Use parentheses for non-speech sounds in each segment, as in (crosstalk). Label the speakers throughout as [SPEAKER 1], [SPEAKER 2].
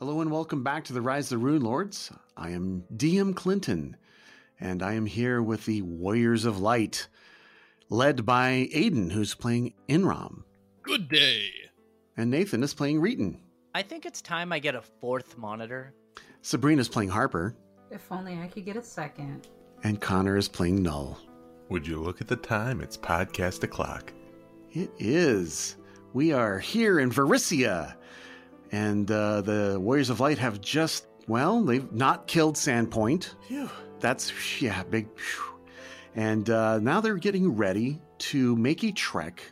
[SPEAKER 1] welcome back to the Rise of the Rune Lords. I am DM Clinton, and I am here with the Warriors of Light, led by Aiden, who's playing Inram,
[SPEAKER 2] Good day.
[SPEAKER 1] and Nathan is playing Reeton.
[SPEAKER 3] I think it's time I get a fourth monitor.
[SPEAKER 1] Sabrina's playing Harper,
[SPEAKER 4] If only I could get a second.
[SPEAKER 1] and Connor is playing Null.
[SPEAKER 5] Would you look at the time? It's podcast o'clock.
[SPEAKER 1] It is. We are here in Varicia, and uh, the Warriors of Light have just, well, they've not killed Sandpoint.
[SPEAKER 5] Phew.
[SPEAKER 1] That's, yeah, big. phew. And uh, now they're getting ready to make a trek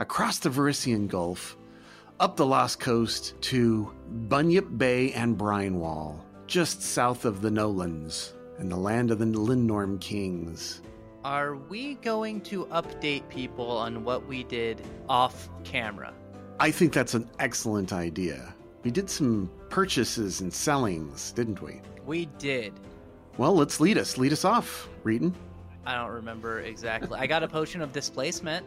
[SPEAKER 1] across the Verician Gulf, up the Lost Coast to Bunyip Bay and Brynewall, just south of the Nolans and the land of the Lindorm Kings.
[SPEAKER 3] Are we going to update people on what we did off camera?
[SPEAKER 1] I think that's an excellent idea. We did some purchases and sellings, didn't we?
[SPEAKER 3] We did.
[SPEAKER 1] Well, let's lead us. Lead us off, Reeton.
[SPEAKER 3] I don't remember exactly. I got a potion of displacement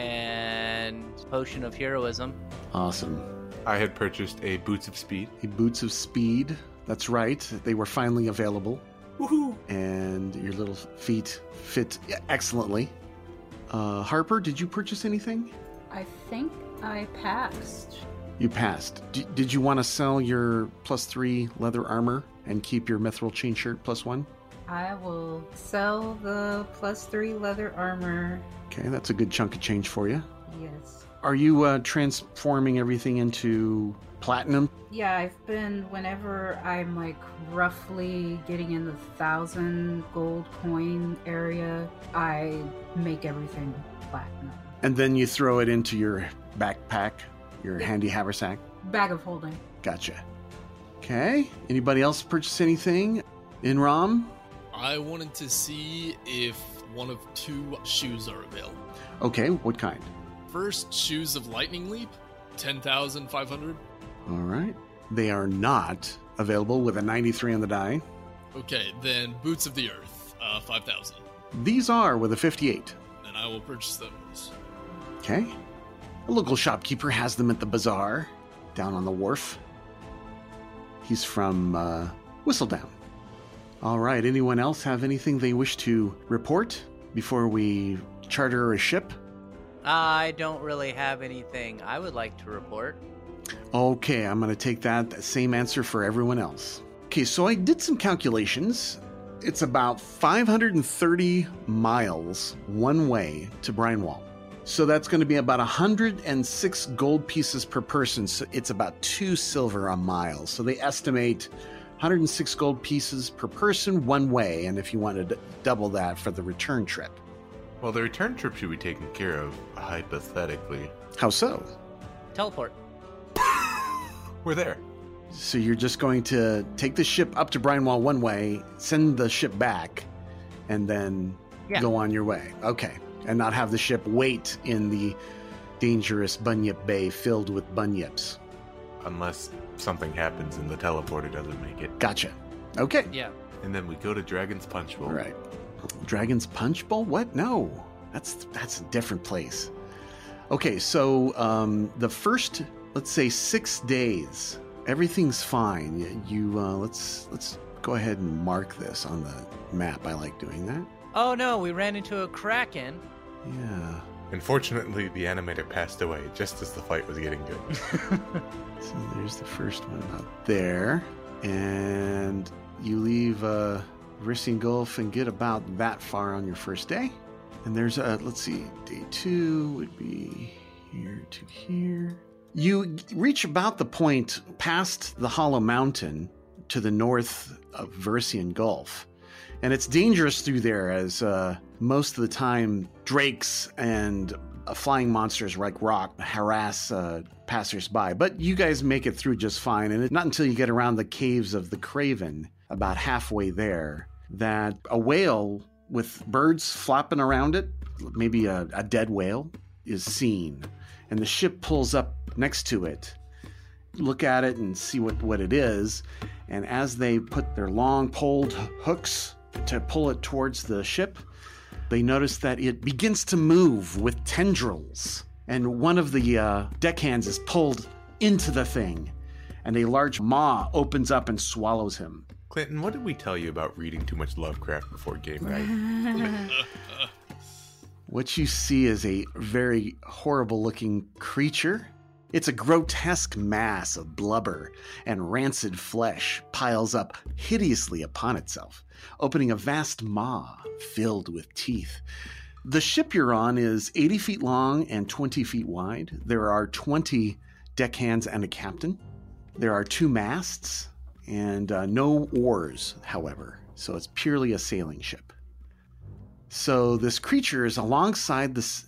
[SPEAKER 3] and potion of heroism.
[SPEAKER 1] Awesome.
[SPEAKER 5] I had purchased a Boots of Speed.
[SPEAKER 1] Hey, boots of speed. That's right. They were finally available.
[SPEAKER 5] Woohoo!
[SPEAKER 1] And your little feet fit excellently. Uh, Harper, did you purchase anything?
[SPEAKER 4] I think I passed.
[SPEAKER 1] You passed. D- did you want to sell your plus three leather armor and keep your mithril chain shirt plus one?
[SPEAKER 4] I will sell the plus three leather armor.
[SPEAKER 1] Okay, that's a good chunk of change for you.
[SPEAKER 4] Yes.
[SPEAKER 1] Are you uh, transforming everything into platinum?
[SPEAKER 4] Yeah, I've been, whenever I'm like roughly getting in the thousand gold coin area, I make everything platinum.
[SPEAKER 1] And then you throw it into your backpack, your handy haversack.
[SPEAKER 4] Bag of holding.
[SPEAKER 1] Gotcha. Okay. Anybody else purchase anything in ROM?
[SPEAKER 2] I wanted to see if one of two shoes are available.
[SPEAKER 1] Okay. What kind?
[SPEAKER 2] First, shoes of lightning leap, ten thousand five hundred.
[SPEAKER 1] All right. They are not available with a 93 on the die.
[SPEAKER 2] Okay, then boots of the earth, uh, five thousand.
[SPEAKER 1] These are with a 58.
[SPEAKER 2] Then I will purchase those.
[SPEAKER 1] Okay. A local shopkeeper has them at the bazaar down on the wharf. He's from uh, Whistledown. All right. Anyone else have anything they wish to report before we charter a ship?
[SPEAKER 3] I don't really have anything I would like to report.
[SPEAKER 1] Okay, I'm going to take that that same answer for everyone else. Okay, so I did some calculations. It's about 530 miles one way to Brynewall. So that's going to be about 106 gold pieces per person. So it's about two silver a mile. So they estimate 106 gold pieces per person one way. And if you wanted to double that for the return trip.
[SPEAKER 5] Well, the return trip should be taken care of, hypothetically.
[SPEAKER 1] How so?
[SPEAKER 3] Teleport.
[SPEAKER 5] We're there.
[SPEAKER 1] So you're just going to take the ship up to Brynewall one way, send the ship back, and then
[SPEAKER 3] Yeah.
[SPEAKER 1] go on your way. Okay. And not have the ship wait in the dangerous bunyip bay filled with bunyips.
[SPEAKER 5] Unless something happens and the teleporter doesn't make it.
[SPEAKER 1] Gotcha. Okay.
[SPEAKER 3] Yeah.
[SPEAKER 5] And then we go to Dragon's Punch Bowl.
[SPEAKER 1] All right. Dragon's Punch Bowl? What? No. That's that's a different place. Okay, so um, the first, let's say, six days, everything's fine. You uh, let's let's go ahead and mark this on the map. I like doing that.
[SPEAKER 3] Oh no, we ran into a kraken.
[SPEAKER 1] Yeah.
[SPEAKER 5] Unfortunately, the animator passed away just as the fight was getting good. (laughs)
[SPEAKER 1] So there's the first one out there. And you leave uh, Rissing Gulf and get about that far on your first day. And there's a, let's see, day two would be here to here. You reach about the point past the Hollow Mountain to the north of Versian Gulf. And it's dangerous through there as uh, most of the time drakes and uh, flying monsters like rock harass uh, passersby. But you guys make it through just fine. And it, not until you get around the caves of the Craven, about halfway there, that a whale with birds flopping around it, maybe a, a dead whale, is seen. And the ship pulls up next to it look at it and see what, what it is. And as they put their long poled hooks to pull it towards the ship, they notice that it begins to move with tendrils. And one of the uh, deckhands is pulled into the thing. and a large maw opens up and swallows him.
[SPEAKER 5] Clinton, what did we tell you about reading too much Lovecraft before
[SPEAKER 4] (laughs)
[SPEAKER 5] game night?
[SPEAKER 4] Right.
[SPEAKER 1] What you see is a very horrible looking creature. It's a grotesque mass of blubber and rancid flesh piles up hideously upon itself, opening a vast maw filled with teeth. The ship you're on is 80 feet long and 20 feet wide. There are 20 deckhands and a captain. There are two masts and uh, no oars, however, so it's purely a sailing ship. So this creature is alongside this,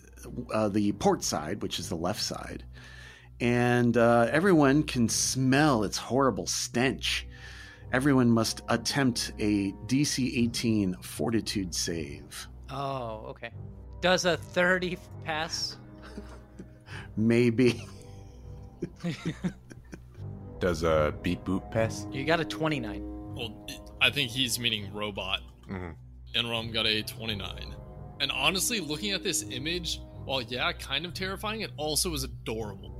[SPEAKER 1] uh, the port side, which is the left side, and uh, everyone can smell its horrible stench. Everyone must attempt a DC 18 Fortitude save.
[SPEAKER 3] Oh, okay. Does a 30 f- pass?
[SPEAKER 1] Maybe (laughs)
[SPEAKER 5] Does a beep boop pass?
[SPEAKER 3] You got a 29.
[SPEAKER 2] Well, I think he's meaning robot.
[SPEAKER 5] Mm-hmm.
[SPEAKER 2] Enrom got a 29. And honestly, looking at this image, while yeah, kind of terrifying, it also is adorable.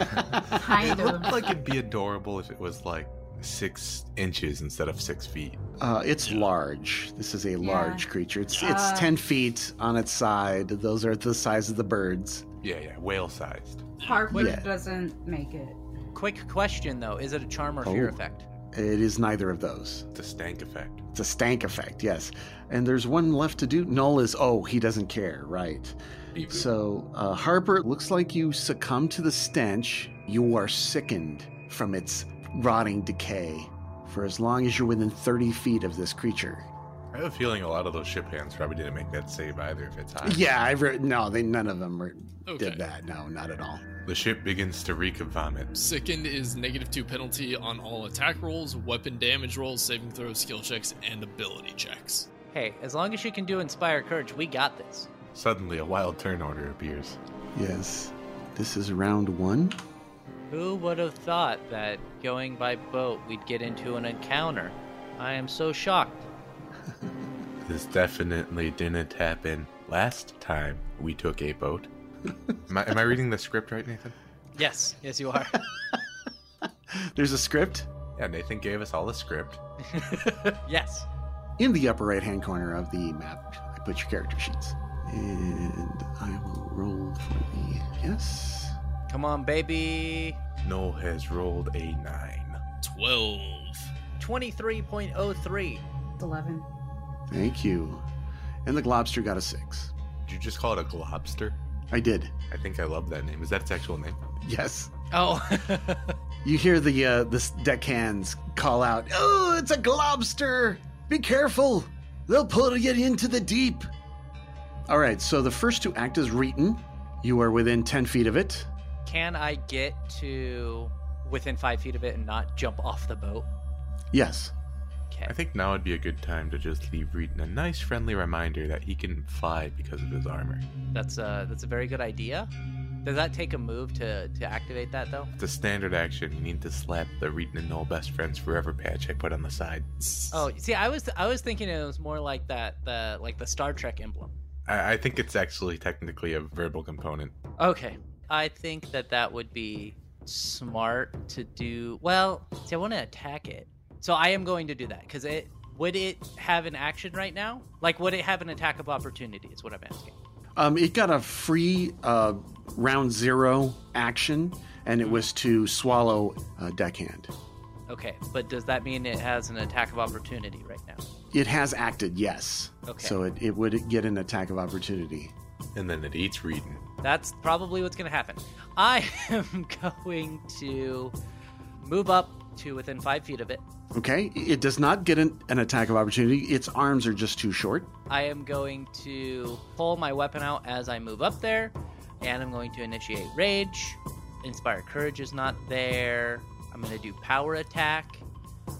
[SPEAKER 4] kind
[SPEAKER 5] It
[SPEAKER 4] of.
[SPEAKER 5] looked like it'd be adorable if it was like six inches instead of six feet.
[SPEAKER 1] uh, it's large. This is a large creature. It's
[SPEAKER 4] Uh,
[SPEAKER 1] it's ten feet on its side. Those are the size of the birds.
[SPEAKER 5] Yeah, yeah, whale sized.
[SPEAKER 4] Hardwood
[SPEAKER 1] Yeah.
[SPEAKER 4] doesn't make it.
[SPEAKER 3] Quick question though, is it a charm or fear
[SPEAKER 1] Oh.
[SPEAKER 3] effect?
[SPEAKER 1] It is neither of those.
[SPEAKER 5] The stank effect.
[SPEAKER 1] It's a stank effect, yes. And there's one left to do. Null is oh he doesn't care, right?
[SPEAKER 5] Beep boop.
[SPEAKER 1] So, uh, Harper, it looks like you succumb to the stench. You are sickened from its rotting decay for as long as you're within 30 feet of this creature.
[SPEAKER 5] I have a feeling a lot of those ship hands probably didn't make that save either if it's high.
[SPEAKER 1] Yeah, I've read. No, they, none of them were,
[SPEAKER 2] Okay.
[SPEAKER 1] did that. No, not at all.
[SPEAKER 5] The ship begins to reek of vomit.
[SPEAKER 2] Sickened is negative two penalty on all attack rolls, weapon damage rolls, saving throws, skill checks, and ability checks.
[SPEAKER 3] Hey, as long as you can do inspire courage, we got this.
[SPEAKER 5] Suddenly, a wild turn order appears.
[SPEAKER 1] Yes. This is round one.
[SPEAKER 3] Who would have thought that going by boat we'd get into an encounter? I am so shocked.
[SPEAKER 5] This definitely didn't happen last time we took a boat. am, I, am I reading the script right, Nathan?
[SPEAKER 3] Yes, yes you are.
[SPEAKER 1] There's a script.
[SPEAKER 5] Yeah, Nathan gave us all the script.
[SPEAKER 3] yes.
[SPEAKER 1] in the upper right hand corner of the map. I put your character sheets. And I will roll for the yes.
[SPEAKER 3] Come on, baby.
[SPEAKER 5] Noel has rolled a nine.
[SPEAKER 2] 12.
[SPEAKER 3] 23.03.
[SPEAKER 4] It's 11.
[SPEAKER 1] Thank you. And the globster got a six.
[SPEAKER 5] Did you just call it a globster?
[SPEAKER 1] I did.
[SPEAKER 5] I think I love that name. Is that its actual name?
[SPEAKER 1] Yes.
[SPEAKER 3] Oh.
[SPEAKER 1] You hear the uh, this deckhands call out, "Oh, it's a globster! Be careful! They'll pull you into the deep." All right. So the first to act is Reeton. You are within ten feet of it.
[SPEAKER 3] (laughs) Can I get to within five feet of it and not jump off the boat?
[SPEAKER 1] Yes.
[SPEAKER 3] Okay.
[SPEAKER 5] I think now would be a good time to just leave Reeton a nice friendly reminder that he can fly because of his armor.
[SPEAKER 3] That's a that's a very good idea. Does that take a move to to activate that though?
[SPEAKER 5] It's a standard action. You need to slap the Reeton and Noel best friends forever patch I put on the side.
[SPEAKER 3] Oh, see, I was I was thinking it was more like that the like the Star Trek emblem.
[SPEAKER 5] I, I think it's actually technically a verbal component.
[SPEAKER 3] Okay. I think that that would be smart to do. Well, see, I want to attack it, so I am going to do that because it would it have an action right now? Like, would it have an attack of opportunity? Is what I'm asking.
[SPEAKER 1] Um, it got a free uh, round zero action, and it was to swallow uh, deckhand.
[SPEAKER 3] Okay, but does that mean it has an attack of opportunity right now?
[SPEAKER 1] It has acted, yes.
[SPEAKER 3] Okay.
[SPEAKER 1] So it, it would get an attack of opportunity.
[SPEAKER 5] And then it eats Reeton.
[SPEAKER 3] That's probably what's going to happen. (laughs) I am (laughs) going to move up to within five feet of it.
[SPEAKER 1] Okay? It does not get an, an attack of opportunity. Its arms are just too short.
[SPEAKER 3] I am going to pull my weapon out as I move up there, and I'm going to initiate rage. Inspire courage is not there. I'm going to do power attack.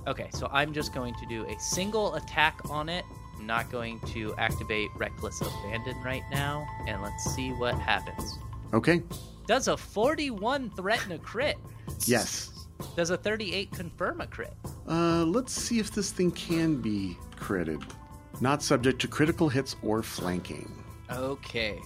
[SPEAKER 3] Okay, so I'm just going to do a single attack on it. I'm not going to activate reckless abandon right now, and let's see what happens.
[SPEAKER 1] Okay?
[SPEAKER 3] Does a 41 threaten a crit?
[SPEAKER 1] Yes.
[SPEAKER 3] Does a 38 confirm a crit?
[SPEAKER 1] Uh, let's see if this thing can be critted. Not subject to critical hits or flanking.
[SPEAKER 3] Okay.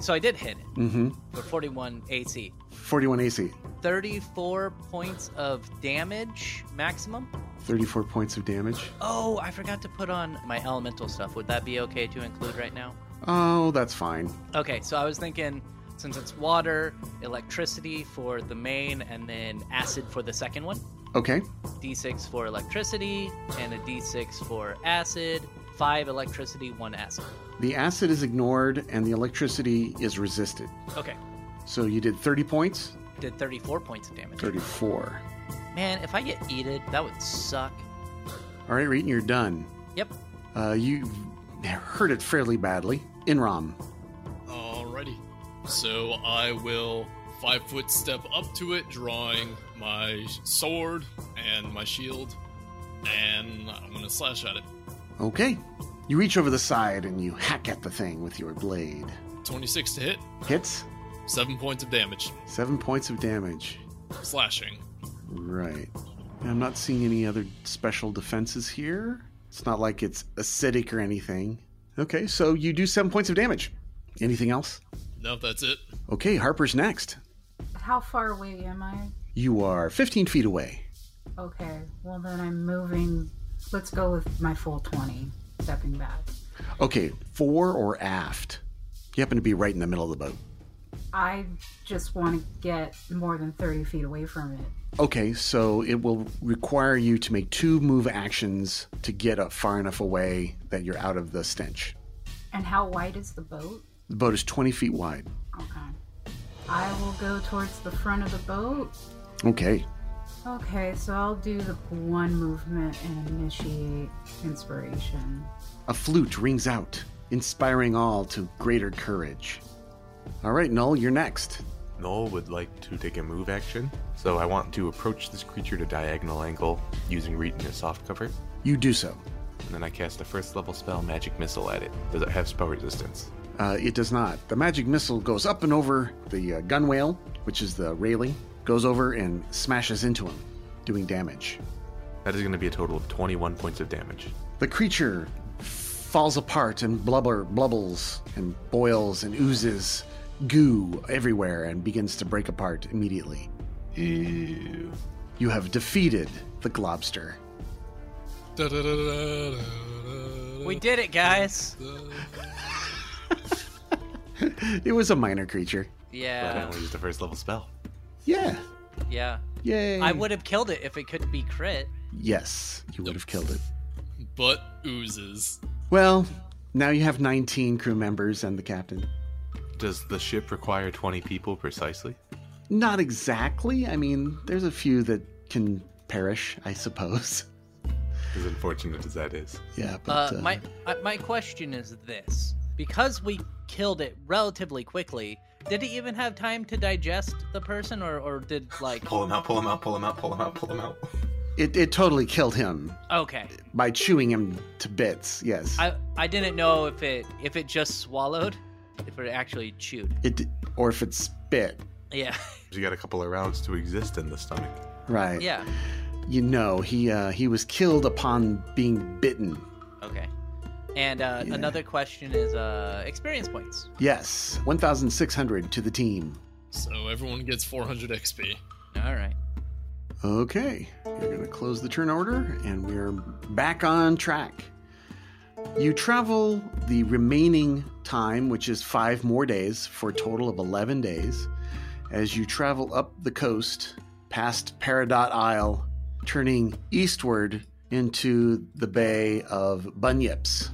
[SPEAKER 3] So I did hit it
[SPEAKER 1] Mm hmm.
[SPEAKER 3] for 41 AC.
[SPEAKER 1] 41 AC,
[SPEAKER 3] 34 points of damage maximum.
[SPEAKER 1] 34 points of damage.
[SPEAKER 3] Oh, I forgot to put on my elemental stuff. Would that be okay to include right now?
[SPEAKER 1] Oh, that's fine.
[SPEAKER 3] Okay, so I was thinking since it's water, electricity for the main, and then acid for the second one.
[SPEAKER 1] Okay.
[SPEAKER 3] D6 for electricity, and a D6 for acid. Five electricity, one acid.
[SPEAKER 1] The acid is ignored and the electricity is resisted.
[SPEAKER 3] Okay,
[SPEAKER 1] So you did 30 points,
[SPEAKER 3] did 34 points of damage.
[SPEAKER 1] 34.
[SPEAKER 3] Man, if I get eated, that would suck.
[SPEAKER 1] All right, Reeton, you're done.
[SPEAKER 3] Yep.
[SPEAKER 1] Uh, you hurt it fairly badly. Inram.
[SPEAKER 2] Alrighty. So I will five foot step up to it, drawing my sword and my shield, and I'm gonna slash at it.
[SPEAKER 1] Okay. You reach over the side and you hack at the thing with your blade.
[SPEAKER 2] 26 to hit,
[SPEAKER 1] Hits,
[SPEAKER 2] seven points of damage,
[SPEAKER 1] seven points of damage.
[SPEAKER 2] slashing.
[SPEAKER 1] Right. And I'm not seeing any other special defenses here. It's not like it's acidic or anything. Okay, so you do seven points of damage. Anything else?
[SPEAKER 2] No, that's it.
[SPEAKER 1] Okay, Harper's next.
[SPEAKER 4] How far away am I?
[SPEAKER 1] You are 15 feet away.
[SPEAKER 4] Okay, well then I'm moving. Let's go with my full 20, stepping back.
[SPEAKER 1] Okay, fore or aft? You happen to be right in the middle of the boat.
[SPEAKER 4] I just want to get more than 30 feet away from it.
[SPEAKER 1] Okay, so it will require you to make two move actions to get up far enough away that you're out of the stench.
[SPEAKER 4] And how wide is the boat?
[SPEAKER 1] The boat is 20 feet wide.
[SPEAKER 4] Okay. I will go towards the front of the boat.
[SPEAKER 1] Okay,
[SPEAKER 4] Okay, so I'll do the one movement and initiate inspiration.
[SPEAKER 1] a flute rings out, inspiring all to greater courage. All right, Null, you're next.
[SPEAKER 5] Noel would like to take a move action, so I want to approach this creature to diagonal angle using Reeton as soft cover,
[SPEAKER 1] You do so.
[SPEAKER 5] and then I cast a first level spell Magic Missile at it. Does it have spell resistance?
[SPEAKER 1] Uh, it does not. The magic missile goes up and over the uh, gunwale, which is the railing, goes over and smashes into him, doing damage.
[SPEAKER 5] That is going to be a total of 21 points of damage.
[SPEAKER 1] The creature falls apart and blubber blubbles and boils and oozes goo everywhere and begins to break apart immediately.
[SPEAKER 5] Ew.
[SPEAKER 1] You have defeated the globster.
[SPEAKER 3] We did it, guys.
[SPEAKER 1] It was a minor creature.
[SPEAKER 5] But I
[SPEAKER 3] Yeah,
[SPEAKER 5] only used a first level spell.
[SPEAKER 1] Yeah.
[SPEAKER 3] yeah.
[SPEAKER 1] Yay.
[SPEAKER 3] I would have killed it if it could be crit.
[SPEAKER 1] Yes, you would have killed it.
[SPEAKER 2] But oozes.
[SPEAKER 1] Well, now you have 19 crew members and the captain.
[SPEAKER 5] Does the ship require 20 people precisely?
[SPEAKER 1] Not exactly. I mean, there's a few that can perish, I suppose. (laughs)
[SPEAKER 5] As unfortunate as that is.
[SPEAKER 1] Yeah,
[SPEAKER 3] Uh,
[SPEAKER 1] but uh,
[SPEAKER 3] my uh, my question is this: because we killed it relatively quickly, did it even have time to digest the person, or or did like?
[SPEAKER 5] Pull him out, pull him out, pull him out, pull him out, pull him out.
[SPEAKER 1] it, it totally killed him
[SPEAKER 3] Okay,
[SPEAKER 1] by chewing him to bits. Yes.
[SPEAKER 3] I I didn't know if it if it just swallowed, if it actually chewed.
[SPEAKER 1] It d- or if it's spit.
[SPEAKER 3] Yeah, (laughs)
[SPEAKER 5] You got a couple of rounds to exist in the stomach.
[SPEAKER 1] Right.
[SPEAKER 3] yeah.
[SPEAKER 1] You know, he uh, he was killed upon being bitten.
[SPEAKER 3] Okay. And uh,
[SPEAKER 1] Yeah.
[SPEAKER 3] another question is uh, experience points.
[SPEAKER 1] Yes, 1600 to the team.
[SPEAKER 2] So everyone gets 400 XP.
[SPEAKER 3] All right.
[SPEAKER 1] Okay, you're going to close the turn order and we're back on track. You travel the remaining time, which is five more days, for a total of 11 days, as you travel up the coast past Peridot Isle, turning eastward into the bay of Bunyips.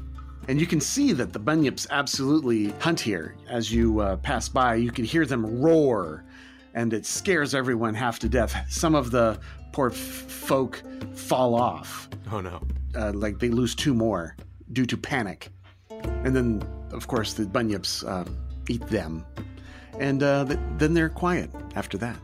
[SPEAKER 1] And you can see that the Bunyips absolutely hunt here. As you uh, pass by, you can hear them roar and it scares everyone half to death. (laughs) Some of the poor f- folk fall off,
[SPEAKER 5] Oh no.
[SPEAKER 1] uh, like they lose two more due to panic. And then, of course, the bunyips uh, eat them. And uh, th- then they're quiet after that.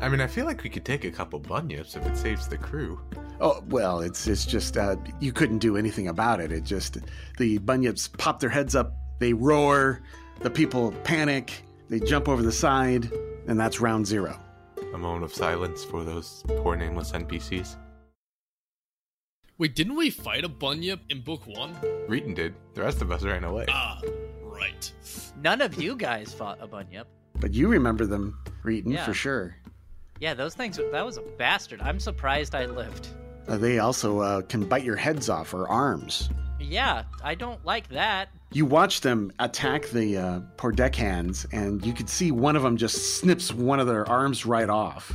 [SPEAKER 5] I mean, I feel like we could take a couple bunyips if it saves the crew.
[SPEAKER 1] Oh well, it's it's just uh, you couldn't do anything about it. It just the bunyips pop their heads up, they roar, the people panic, they jump over the side, and that's round zero.
[SPEAKER 5] A moment of silence for those poor nameless NPCs.
[SPEAKER 2] Wait, didn't we fight a bunyip in book one?
[SPEAKER 5] Reeton did. The rest of us ran away.
[SPEAKER 2] Ah, right.
[SPEAKER 3] None of you guys fought a bunyip.
[SPEAKER 1] But you remember them. Reeton
[SPEAKER 3] Yeah.
[SPEAKER 1] for sure.
[SPEAKER 3] Yeah, those things. That was a bastard. I'm surprised I lived.
[SPEAKER 1] Uh, they also uh, can bite your heads off or arms.
[SPEAKER 3] Yeah, I don't like that.
[SPEAKER 1] You watch them attack the uh, hands, and you can see one of them just snips one of their arms right off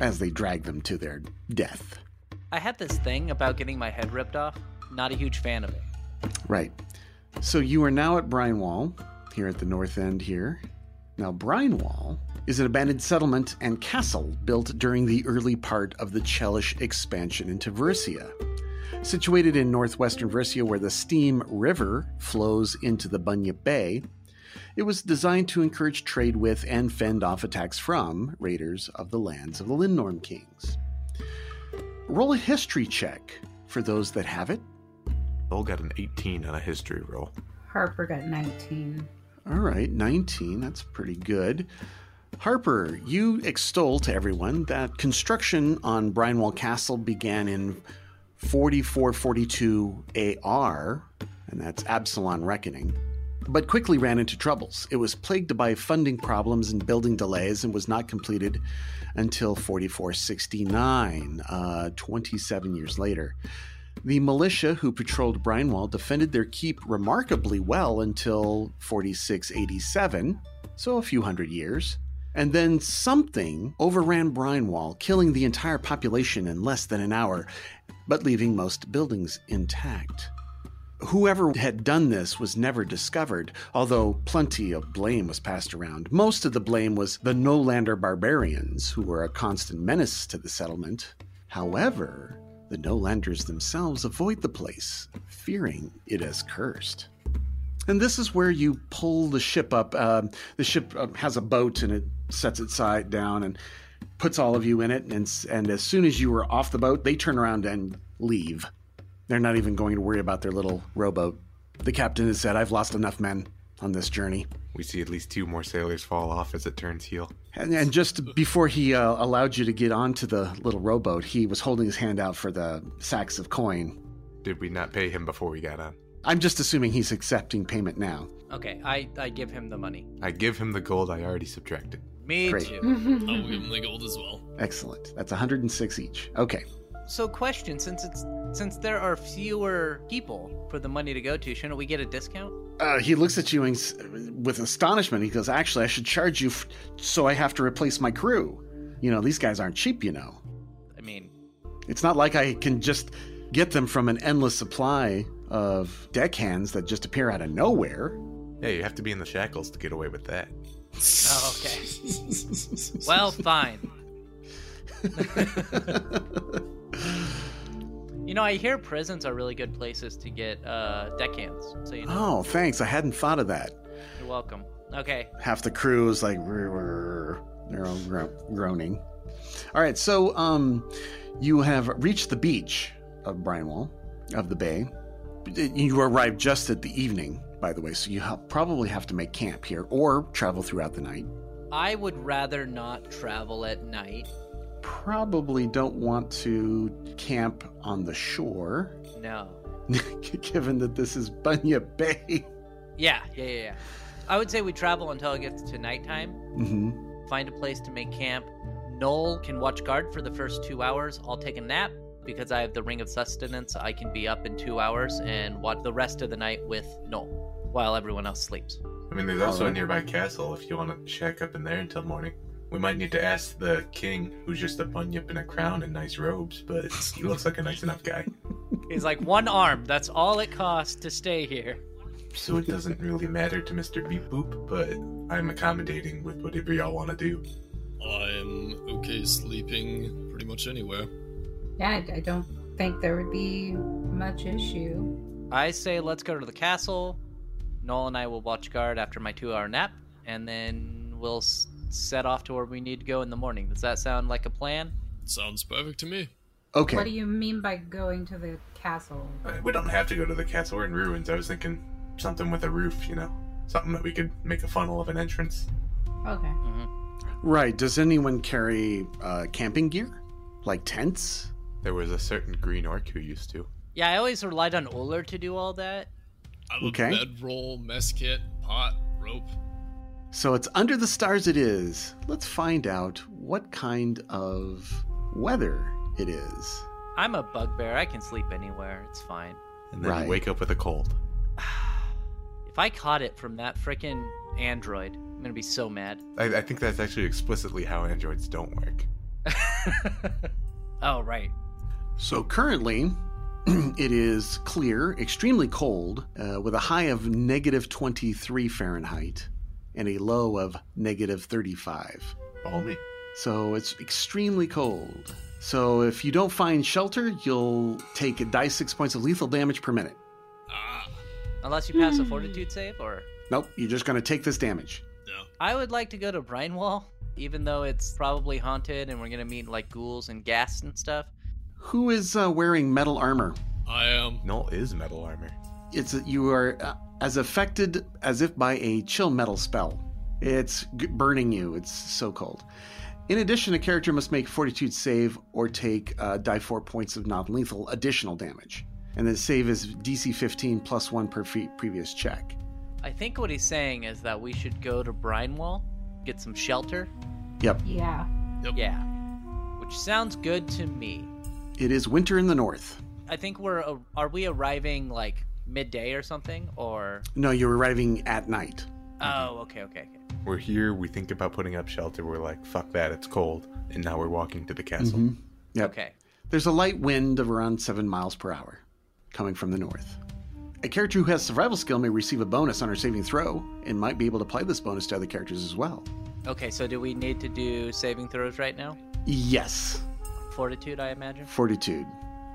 [SPEAKER 1] as they drag them to their death.
[SPEAKER 3] I had this thing about getting my head ripped off. Not a huge fan of it.
[SPEAKER 1] Right. So you are now at Brinewall, here at the north end here. Now, Brinewall is an abandoned settlement and castle built during the early part of the Chelish expansion into Verisia. Situated in northwestern Verisia, where the Steam River flows into the Bunya Bay, it was designed to encourage trade with and fend off attacks from raiders of the lands of the Lindorm Kings. Roll a history check for those that have it.
[SPEAKER 5] Cole got an 18 on a history roll.
[SPEAKER 4] Harper got 19.
[SPEAKER 1] All right, 19. That's pretty good. Harper, you extol to everyone that construction on Brinewall Castle began in 4442 AR, and that's Absalon Reckoning, but quickly ran into troubles. It was plagued by funding problems and building delays and was not completed until 4469, uh, 27 years later. The militia who patrolled Brinewall defended their keep remarkably well until 4687, so a few hundred years. And then something overran Brinewall, killing the entire population in less than an hour, but leaving most buildings intact. Whoever had done this was never discovered, although plenty of blame was passed around. Most of the blame was the Nolander barbarians, who were a constant menace to the settlement. However, the Nolanders themselves avoid the place, fearing it as cursed. And this is where you pull the ship up. Um, the ship uh, has a boat and it sets its side down and puts all of you in it. And, s- and as soon as you are off the boat, they turn around and leave. They're not even going to worry about their little rowboat. The captain has said, I've lost enough men on this journey.
[SPEAKER 5] We see at least two more sailors fall off as it turns heel.
[SPEAKER 1] And, and just before he uh, allowed you to get onto the little rowboat, he was holding his hand out for the sacks of coin.
[SPEAKER 5] Did we not pay him before we got on?
[SPEAKER 1] I'm just assuming he's accepting payment now.
[SPEAKER 3] Okay, I, I give him the money.
[SPEAKER 5] I give him the gold I already subtracted.
[SPEAKER 3] Me
[SPEAKER 1] Great.
[SPEAKER 3] too.
[SPEAKER 2] I will give him the gold as well.
[SPEAKER 1] Excellent. That's 106 each. Okay.
[SPEAKER 3] So, question: since it's since there are fewer people for the money to go to, shouldn't we get a discount?
[SPEAKER 1] Uh, he looks at you and, s- with astonishment. He goes, "Actually, I should charge you, f- so I have to replace my crew. You know, these guys aren't cheap. You know,
[SPEAKER 3] I mean,
[SPEAKER 1] it's not like I can just get them from an endless supply of deckhands that just appear out of nowhere."
[SPEAKER 5] Yeah, you have to be in the shackles to get away with that.
[SPEAKER 3] oh, okay. Well, fine. You know, I hear prisons are really good places to get uh, deckhands. So you know,
[SPEAKER 1] (gasps) oh, thanks. I hadn't thought of that.
[SPEAKER 3] you're welcome. Okay,
[SPEAKER 1] half the crew is like "Rrr," they're all gro- groaning. All right, so um, you have reached the beach of Brinewall, of the bay. You arrived just at the evening, by the way, so you ha- probably have to make camp here or travel throughout the night.
[SPEAKER 3] I would rather not travel at night.
[SPEAKER 1] Probably don't want to camp on the shore,
[SPEAKER 3] No.
[SPEAKER 1] (laughs) given that this is Bunya Bay.
[SPEAKER 3] Yeah, yeah, yeah. yeah. I would say we travel until it gets to nighttime.
[SPEAKER 1] hmm
[SPEAKER 3] find a place to make camp. Noel can watch guard for the first two hours. I'll take a nap because I have the Ring of Sustenance. I can be up in two hours and watch the rest of the night with Noel while everyone else sleeps.
[SPEAKER 5] I mean, there's also a nearby castle if you want to shack up in there until morning. We might need to ask the king, who's just a bunyip and a crown and nice robes, but he looks like a nice enough guy.
[SPEAKER 3] He's like, (laughs) one arm. That's all it costs to stay here.
[SPEAKER 5] So it doesn't really matter to Mr. Beep Boop, but I'm accommodating with whatever y'all want to do.
[SPEAKER 2] I'm okay sleeping pretty much anywhere.
[SPEAKER 4] (laughs) Yeah, I, I don't think there would be much issue.
[SPEAKER 3] I say, let's go to the castle. Noel and I will watch guard after my two hour nap, and then we'll s- set off to where we need to go in the morning. Does that sound like a plan?
[SPEAKER 2] Sounds perfect to me.
[SPEAKER 1] Okay.
[SPEAKER 4] What do you mean by going to the castle?
[SPEAKER 5] Uh, We don't have to go to the castle. We're in ruins. I was thinking something with a roof, you know? Something that we could make a funnel of an entrance.
[SPEAKER 4] Okay.
[SPEAKER 1] right. Does anyone carry uh, camping gear, like tents?
[SPEAKER 5] There was a certain green orc who used to.
[SPEAKER 3] Yeah, I always relied on Oler to do all that.
[SPEAKER 2] I have
[SPEAKER 1] Okay.
[SPEAKER 2] a bedroll, mess kit, pot, rope.
[SPEAKER 1] So it's under the stars, it is. Let's find out what kind of weather it is.
[SPEAKER 3] I'm a bugbear. I can sleep anywhere. It's fine.
[SPEAKER 6] And then
[SPEAKER 1] Right.
[SPEAKER 6] you wake up with a cold.
[SPEAKER 3] If I caught it from that frickin' android, I'm going to be so mad.
[SPEAKER 6] I, I think that's actually explicitly how androids don't work.
[SPEAKER 3] oh, right.
[SPEAKER 1] So currently, (clears throat) it is clear, extremely cold, uh, with a high of negative 23 Fahrenheit and a low of negative 35.
[SPEAKER 5] Balmy.
[SPEAKER 1] So it's extremely cold. So if you don't find shelter, you'll take a die six points of lethal damage per minute.
[SPEAKER 2] Ah,
[SPEAKER 3] Unless you pass a
[SPEAKER 4] Hmm.
[SPEAKER 3] fortitude save, or.
[SPEAKER 1] Nope, you're just going to take this damage.
[SPEAKER 2] no.
[SPEAKER 3] I would like to go to Brinewall, even though it's probably haunted and we're going to meet like ghouls and ghasts and stuff.
[SPEAKER 1] Who is uh, wearing metal armor?
[SPEAKER 2] I um, am.
[SPEAKER 6] Null is metal armor.
[SPEAKER 1] It's you are uh, as affected as if by a chill metal spell. It's g- burning you. It's so cold. In addition, a character must make fortitude save or take uh, die four points of non-lethal additional damage, and the save is DC 15 plus one per fe- previous check.
[SPEAKER 3] I think what he's saying is that we should go to Brinewall, get some shelter.
[SPEAKER 1] Yep,
[SPEAKER 4] Yeah.
[SPEAKER 3] Yeah. Which sounds good to me.
[SPEAKER 1] it is winter in the north.
[SPEAKER 3] I think we're. a- Are we arriving like midday or something? Or.
[SPEAKER 1] No, you're arriving at night.
[SPEAKER 3] Oh, okay, okay, okay.
[SPEAKER 6] We're here, we think about putting up shelter, we're like, fuck that, it's cold. And now we're walking to the castle.
[SPEAKER 1] Mhm.
[SPEAKER 5] Mm-hmm.
[SPEAKER 1] Yep.
[SPEAKER 3] Okay.
[SPEAKER 1] There's a light wind of around 7 miles per hour coming from the north. A character who has survival skill may receive a bonus on her saving throw and might be able to apply this bonus to other characters as well.
[SPEAKER 3] Okay, so do we need to do saving throws right now?
[SPEAKER 1] Yes,
[SPEAKER 3] Fortitude, I imagine.
[SPEAKER 1] fortitude.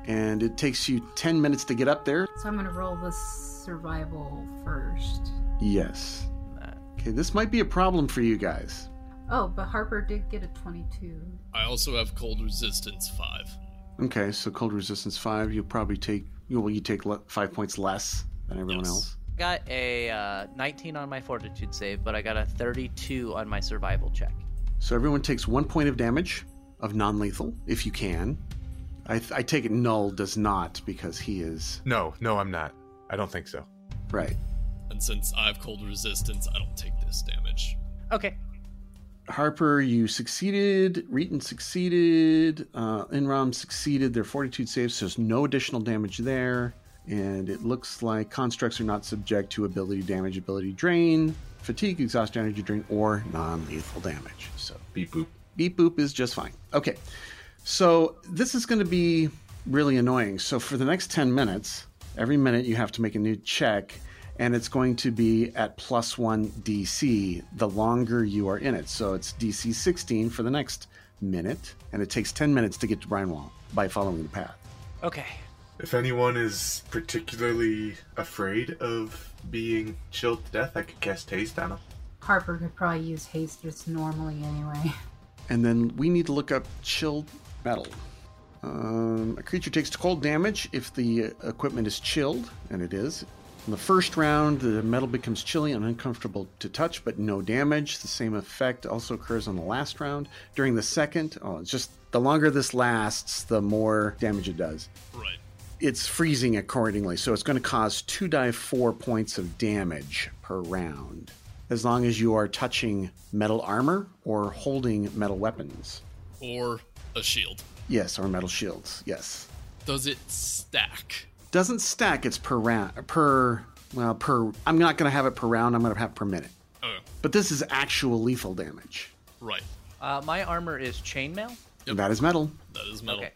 [SPEAKER 1] And it takes you 10 minutes to get up there.
[SPEAKER 4] So I'm gonna roll the survival first.
[SPEAKER 1] Yes.
[SPEAKER 3] Uh,
[SPEAKER 1] Okay, this might be a problem for you guys.
[SPEAKER 4] Oh, but Harper did get a 22.
[SPEAKER 2] I also have cold resistance five.
[SPEAKER 1] Okay, so cold resistance 5, you'll probably take you well, you take le- 5 points less than everyone
[SPEAKER 2] Yes.
[SPEAKER 1] else.
[SPEAKER 3] got a uh, 19 on my fortitude save, but I got a 32 on my survival check.
[SPEAKER 1] So everyone takes one point of damage of non-lethal if you can. I, th- I take it Null does not because he is
[SPEAKER 6] No, no, I'm not. I don't think so.
[SPEAKER 1] right.
[SPEAKER 2] And since I have cold resistance, I don't take this damage.
[SPEAKER 3] Okay.
[SPEAKER 1] Harper, you succeeded. Reeton succeeded. Uh, Inram succeeded. Their fortitude saves, so there's no additional damage there. And it looks like constructs are not subject to ability damage, ability drain, fatigue, exhaustion, energy drain, or non-lethal damage. So
[SPEAKER 5] Beep boop.
[SPEAKER 1] beep boop is just fine. Okay. So this is going to be really annoying. So for the next 10 minutes, every minute you have to make a new check and it's going to be at plus 1 DC the longer you are in it. So it's DC 16 for the next minute and it takes 10 minutes to get to Brinewall by following the path.
[SPEAKER 3] Okay.
[SPEAKER 5] If anyone is particularly afraid of being chilled to death, I could cast haste on them.
[SPEAKER 4] Harper could probably use haste just normally anyway.
[SPEAKER 1] And then we need to look up chilled metal. Um, a creature takes cold damage if the uh, equipment is chilled, and it is. In the first round, the metal becomes chilly and uncomfortable to touch, but no damage. The same effect also occurs on the last round. During the second, oh, it's just the longer this lasts, the more damage it does.
[SPEAKER 2] Right.
[SPEAKER 1] It's freezing accordingly, so it's going to cause two die four points of damage per round, as long as you are touching metal armor or holding metal weapons.
[SPEAKER 2] Or a shield.
[SPEAKER 1] Yes, or metal shields. Yes.
[SPEAKER 2] Does it stack?
[SPEAKER 1] Doesn't stack. It's per round. Per well, per. I'm not going to have it per round. I'm going to have it per minute.
[SPEAKER 2] Oh,
[SPEAKER 1] But this is actual lethal damage.
[SPEAKER 2] right.
[SPEAKER 3] Uh, my armor is chainmail.
[SPEAKER 2] Yep.
[SPEAKER 1] That is metal.
[SPEAKER 2] That is metal.
[SPEAKER 3] Okay.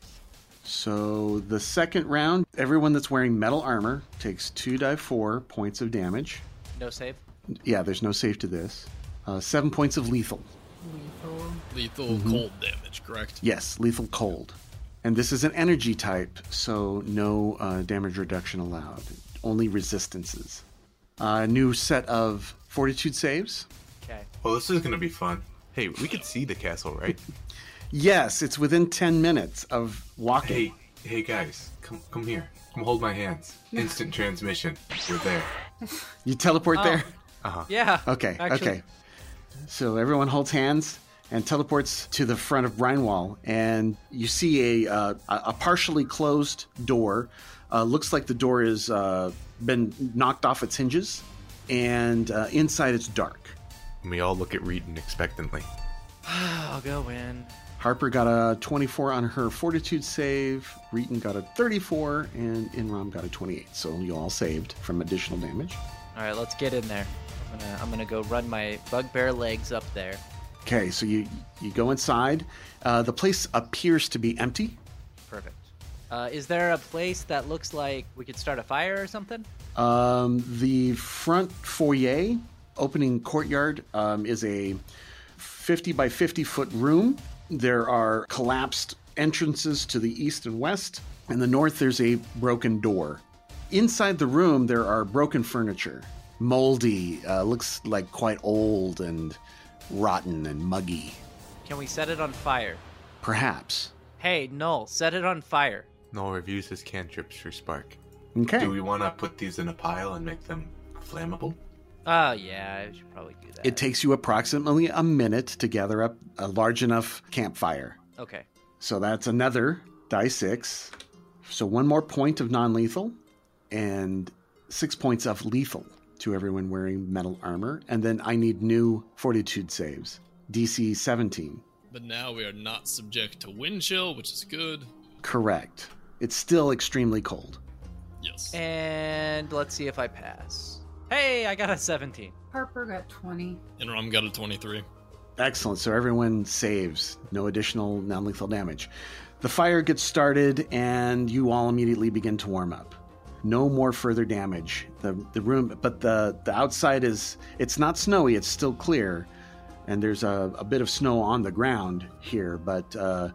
[SPEAKER 1] So the second round, everyone that's wearing metal armor takes two die four points of damage.
[SPEAKER 3] No save.
[SPEAKER 1] Yeah, there's no save to this. Uh, seven points of lethal.
[SPEAKER 4] Lethal.
[SPEAKER 2] Lethal cold damage, correct?
[SPEAKER 1] Yes, lethal cold. And this is an energy type, so no uh, damage reduction allowed. Only resistances. A new set of fortitude saves.
[SPEAKER 3] Okay.
[SPEAKER 5] Well, this is gonna be fun.
[SPEAKER 6] Hey, we could see the castle, (laughs) right?
[SPEAKER 1] Yes, it's within 10 minutes of walking.
[SPEAKER 5] Hey, hey guys, come come here. Come hold my hands. Instant transmission. We're there.
[SPEAKER 1] You teleport there?
[SPEAKER 3] Yeah.
[SPEAKER 1] Okay,
[SPEAKER 3] actually-
[SPEAKER 1] okay. So everyone holds hands and teleports to the front of Brinewall, and you see a uh, a a partially closed door. Uh, looks like the door has uh, been knocked off its hinges, and uh, inside it's dark.
[SPEAKER 6] And we all look at Reeton expectantly.
[SPEAKER 3] I'll go in.
[SPEAKER 1] Harper got a 24 on her fortitude save. Reeton got a 34, and Inram got a 28. So you all saved from additional damage.
[SPEAKER 3] All right, let's get in there. I'm gonna, I'm gonna go run my bugbear legs up there.
[SPEAKER 1] Okay, so you you go inside. Uh, the place appears to be empty.
[SPEAKER 3] Perfect. Uh, is there a place that looks like we could start a fire or something?
[SPEAKER 1] Um, the front foyer, opening courtyard, um, is a 50 by 50 foot room. There are collapsed entrances to the east and west. In the north, there's a broken door. Inside the room, there are broken furniture, moldy, uh, looks like quite old and rotten and muggy.
[SPEAKER 3] Can we set it on fire?
[SPEAKER 1] Perhaps.
[SPEAKER 3] Hey, Null, set it on fire.
[SPEAKER 6] Noel reviews his cantrips for spark.
[SPEAKER 1] Okay.
[SPEAKER 5] Do we want to put these in a pile and make them flammable?
[SPEAKER 3] Oh yeah, I should probably do that.
[SPEAKER 1] It takes you approximately a minute to gather up a large enough campfire.
[SPEAKER 3] okay.
[SPEAKER 1] So that's another die six. So one more point of non lethal and six points of lethal to everyone wearing metal armor. And then I need new fortitude saves DC 17.
[SPEAKER 2] But now we are not subject to wind chill, which is good.
[SPEAKER 1] Correct. It's still extremely cold.
[SPEAKER 2] Yes.
[SPEAKER 3] Eh. And let's see if I pass. Hey, I got a 17.
[SPEAKER 4] Harper got 20.
[SPEAKER 2] And Rom got a 23.
[SPEAKER 1] Excellent. So everyone saves. No additional non lethal damage. The fire gets started, and you all immediately begin to warm up. No more further damage. The, the room, but the, the outside is, it's not snowy, it's still clear. And there's a, a bit of snow on the ground here, but uh,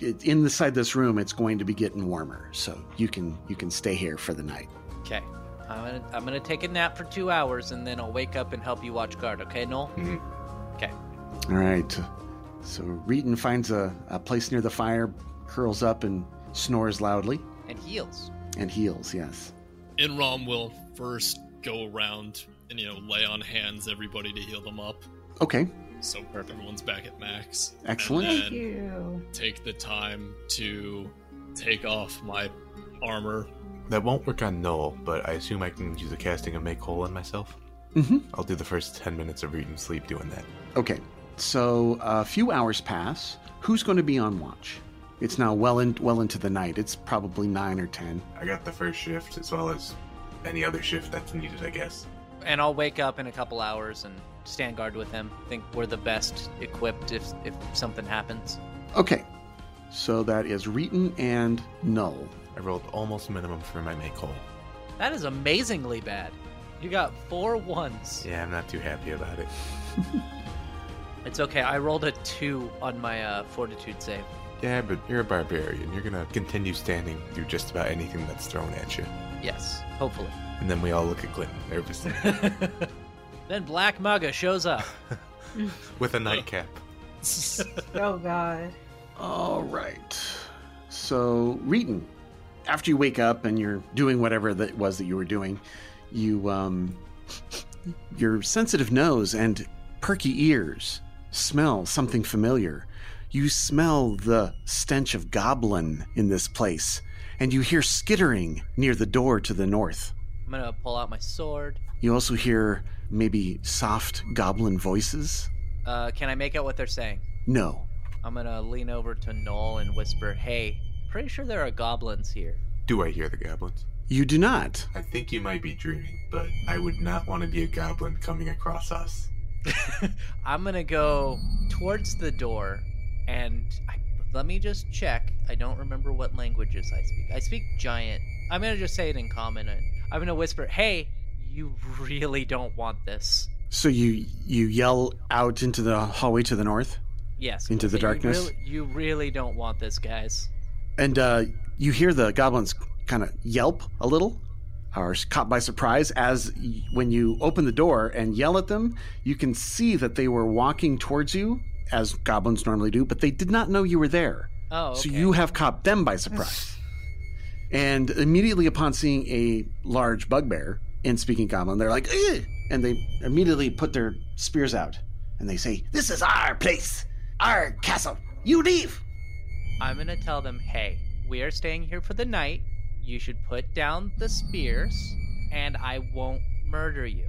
[SPEAKER 1] it, inside this room, it's going to be getting warmer. So you can you can stay here for the night.
[SPEAKER 3] Okay. I'm gonna, I'm gonna take a nap for two hours and then I'll wake up and help you watch guard, okay, Noel?
[SPEAKER 1] All right. So Reeton finds a, a place near the fire, curls up, and snores loudly.
[SPEAKER 3] And heals.
[SPEAKER 1] And heals, yes.
[SPEAKER 2] And Rom will first go around and, you know, lay on hands everybody to heal them up.
[SPEAKER 1] Okay,
[SPEAKER 2] So everyone's back at max.
[SPEAKER 1] excellent.
[SPEAKER 2] And
[SPEAKER 4] Thank you. (laughs)
[SPEAKER 2] take the time to take off my armor.
[SPEAKER 6] That won't work on Noel, but I assume I can use a casting of make whole on myself.
[SPEAKER 1] hmm
[SPEAKER 6] I'll do the first 10 minutes of Reeton sleep doing that.
[SPEAKER 1] Okay, so a few hours pass. Who's going to be on watch? It's now well in, well into the night. It's probably nine or ten.
[SPEAKER 5] I got the first shift as well as any other shift that's needed, I guess.
[SPEAKER 3] And I'll wake up in a couple hours and stand guard with him. Think we're the best equipped if, if something happens.
[SPEAKER 1] Okay, so that is Reeton and Null.
[SPEAKER 6] I rolled almost minimum for my make whole.
[SPEAKER 3] That is amazingly bad. You got four ones.
[SPEAKER 6] Yeah, I'm not too happy about it.
[SPEAKER 3] It's okay. I rolled a two on my uh, fortitude save.
[SPEAKER 6] Yeah, but you're a barbarian. You're gonna continue standing through just about anything that's thrown at you.
[SPEAKER 3] Yes, hopefully.
[SPEAKER 6] And then we all look at Glinton nervously
[SPEAKER 3] Then Black Mugga shows up.
[SPEAKER 6] with a nightcap.
[SPEAKER 4] Oh, God.
[SPEAKER 1] All right. So, Reeton, after you wake up and you're doing whatever that was that you were doing, you um (laughs) your sensitive nose and perky ears smell something familiar. You smell the stench of goblin in this place, and you hear skittering near the door to the north.
[SPEAKER 3] I'm gonna pull out my sword.
[SPEAKER 1] You also hear maybe soft goblin voices?
[SPEAKER 3] Uh, can I make out what they're saying?
[SPEAKER 1] No.
[SPEAKER 3] I'm gonna lean over to Noel and whisper, "Hey, pretty sure there are goblins here." (laughs)
[SPEAKER 6] Do I hear the goblins?
[SPEAKER 1] You do not.
[SPEAKER 5] I think you might be dreaming, but I would not want to be a goblin coming across us.
[SPEAKER 3] I'm gonna go towards the door, and I, let me just check. I don't remember what languages I speak. I speak giant. I'm gonna just say it in common, and I'm gonna whisper, "Hey, you really don't want this."
[SPEAKER 1] So you you yell out into the hallway to the north?
[SPEAKER 3] Yes.
[SPEAKER 1] Into the
[SPEAKER 3] you
[SPEAKER 1] darkness?
[SPEAKER 3] really- you really don't want this, guys.
[SPEAKER 1] And uh, you hear the goblins kind of yelp a little, are caught by surprise as y- when you open the door and yell at them, you can see that they were walking towards you as goblins normally do, but they did not know you were there.
[SPEAKER 3] Oh,
[SPEAKER 1] So
[SPEAKER 3] okay.
[SPEAKER 1] you have caught them by surprise. and immediately upon seeing a large bugbear in speaking goblin, they're like, "Ugh!" and they immediately put their spears out and they say, "This is our place, our castle. You leave."
[SPEAKER 3] I'm gonna tell them, hey, we are staying here for the night. You should put down the spears, and I won't murder you.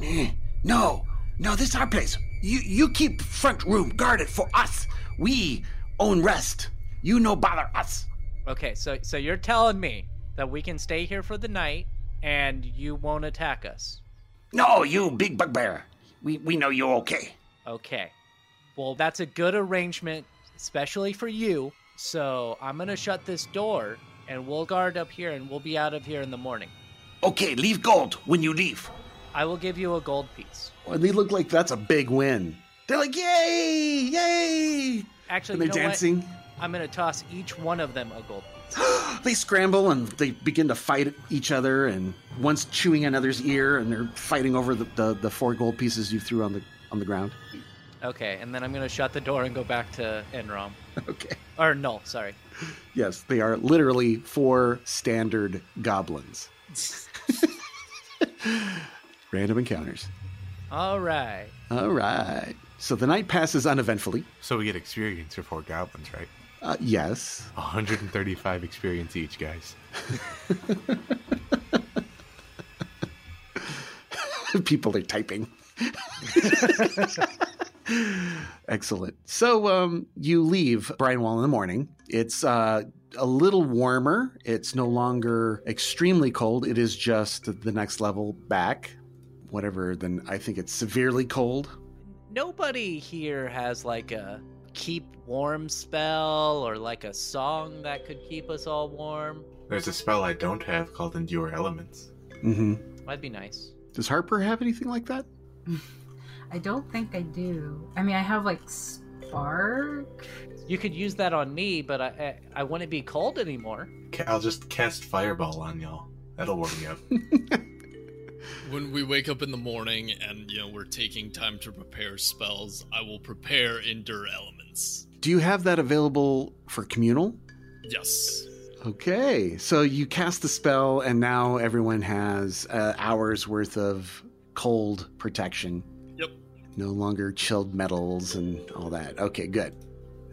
[SPEAKER 1] Eh, No,
[SPEAKER 7] No, this is our place. You you keep front room guarded for us. We own rest. You no bother us.
[SPEAKER 3] Okay, so so you're telling me that we can stay here for the night and you won't attack us.
[SPEAKER 7] No, you big bugbear. We we know you're okay.
[SPEAKER 3] Okay. Well, that's a good arrangement, especially for you. So I'm gonna shut this door and we'll guard up here and we'll be out of here in the morning.
[SPEAKER 7] Okay, leave gold when you leave.
[SPEAKER 3] I will give you a gold piece.
[SPEAKER 1] And they look like that's a big win. They're like, yay, yay!
[SPEAKER 3] Actually,
[SPEAKER 1] And they're
[SPEAKER 3] you know what?
[SPEAKER 1] dancing.
[SPEAKER 3] I'm gonna toss each one of them a gold piece.
[SPEAKER 1] They scramble and they begin to fight each other, and one's chewing another's ear, and they're fighting over the, the, the four gold pieces you threw on the on the ground. (laughs)
[SPEAKER 3] Okay, and then I'm gonna shut the door and go back to Enrom.
[SPEAKER 1] Okay.
[SPEAKER 3] Or Null, sorry.
[SPEAKER 1] Yes, they are literally four standard
[SPEAKER 3] (laughs)
[SPEAKER 1] goblins. Random encounters.
[SPEAKER 3] All right.
[SPEAKER 1] All right. So the night passes uneventfully.
[SPEAKER 6] So we get experience for four goblins, right?
[SPEAKER 1] Uh, yes.
[SPEAKER 6] 135 experience each, guys.
[SPEAKER 1] (laughs) People are typing. (laughs) Excellent. So um, you leave Brianwall in the morning. It's uh, a little warmer. It's no longer extremely cold. It is just the next level back. Whatever, then I think it's severely cold.
[SPEAKER 3] Nobody here has like a keep warm spell or like a song that could keep us all warm.
[SPEAKER 5] There's a spell I don't have called Endure Elements.
[SPEAKER 1] Mm-hmm.
[SPEAKER 3] That'd be nice.
[SPEAKER 1] Does Harper have anything like that?
[SPEAKER 4] I don't think I do. I mean, I have like spark.
[SPEAKER 3] You could use that on me, but I I, I wouldn't be cold anymore.
[SPEAKER 5] Ca- I'll just cast Fireball on y'all. That'll warm you up.
[SPEAKER 2] When we wake up in the morning and you know we're taking time to prepare spells, I will prepare endure elements.
[SPEAKER 1] Do you have that available for communal?
[SPEAKER 2] Yes.
[SPEAKER 1] Okay, so you cast the spell, and now everyone has uh, hours worth of cold protection.
[SPEAKER 2] Yep.
[SPEAKER 1] No longer chilled metals and all that. Okay, good.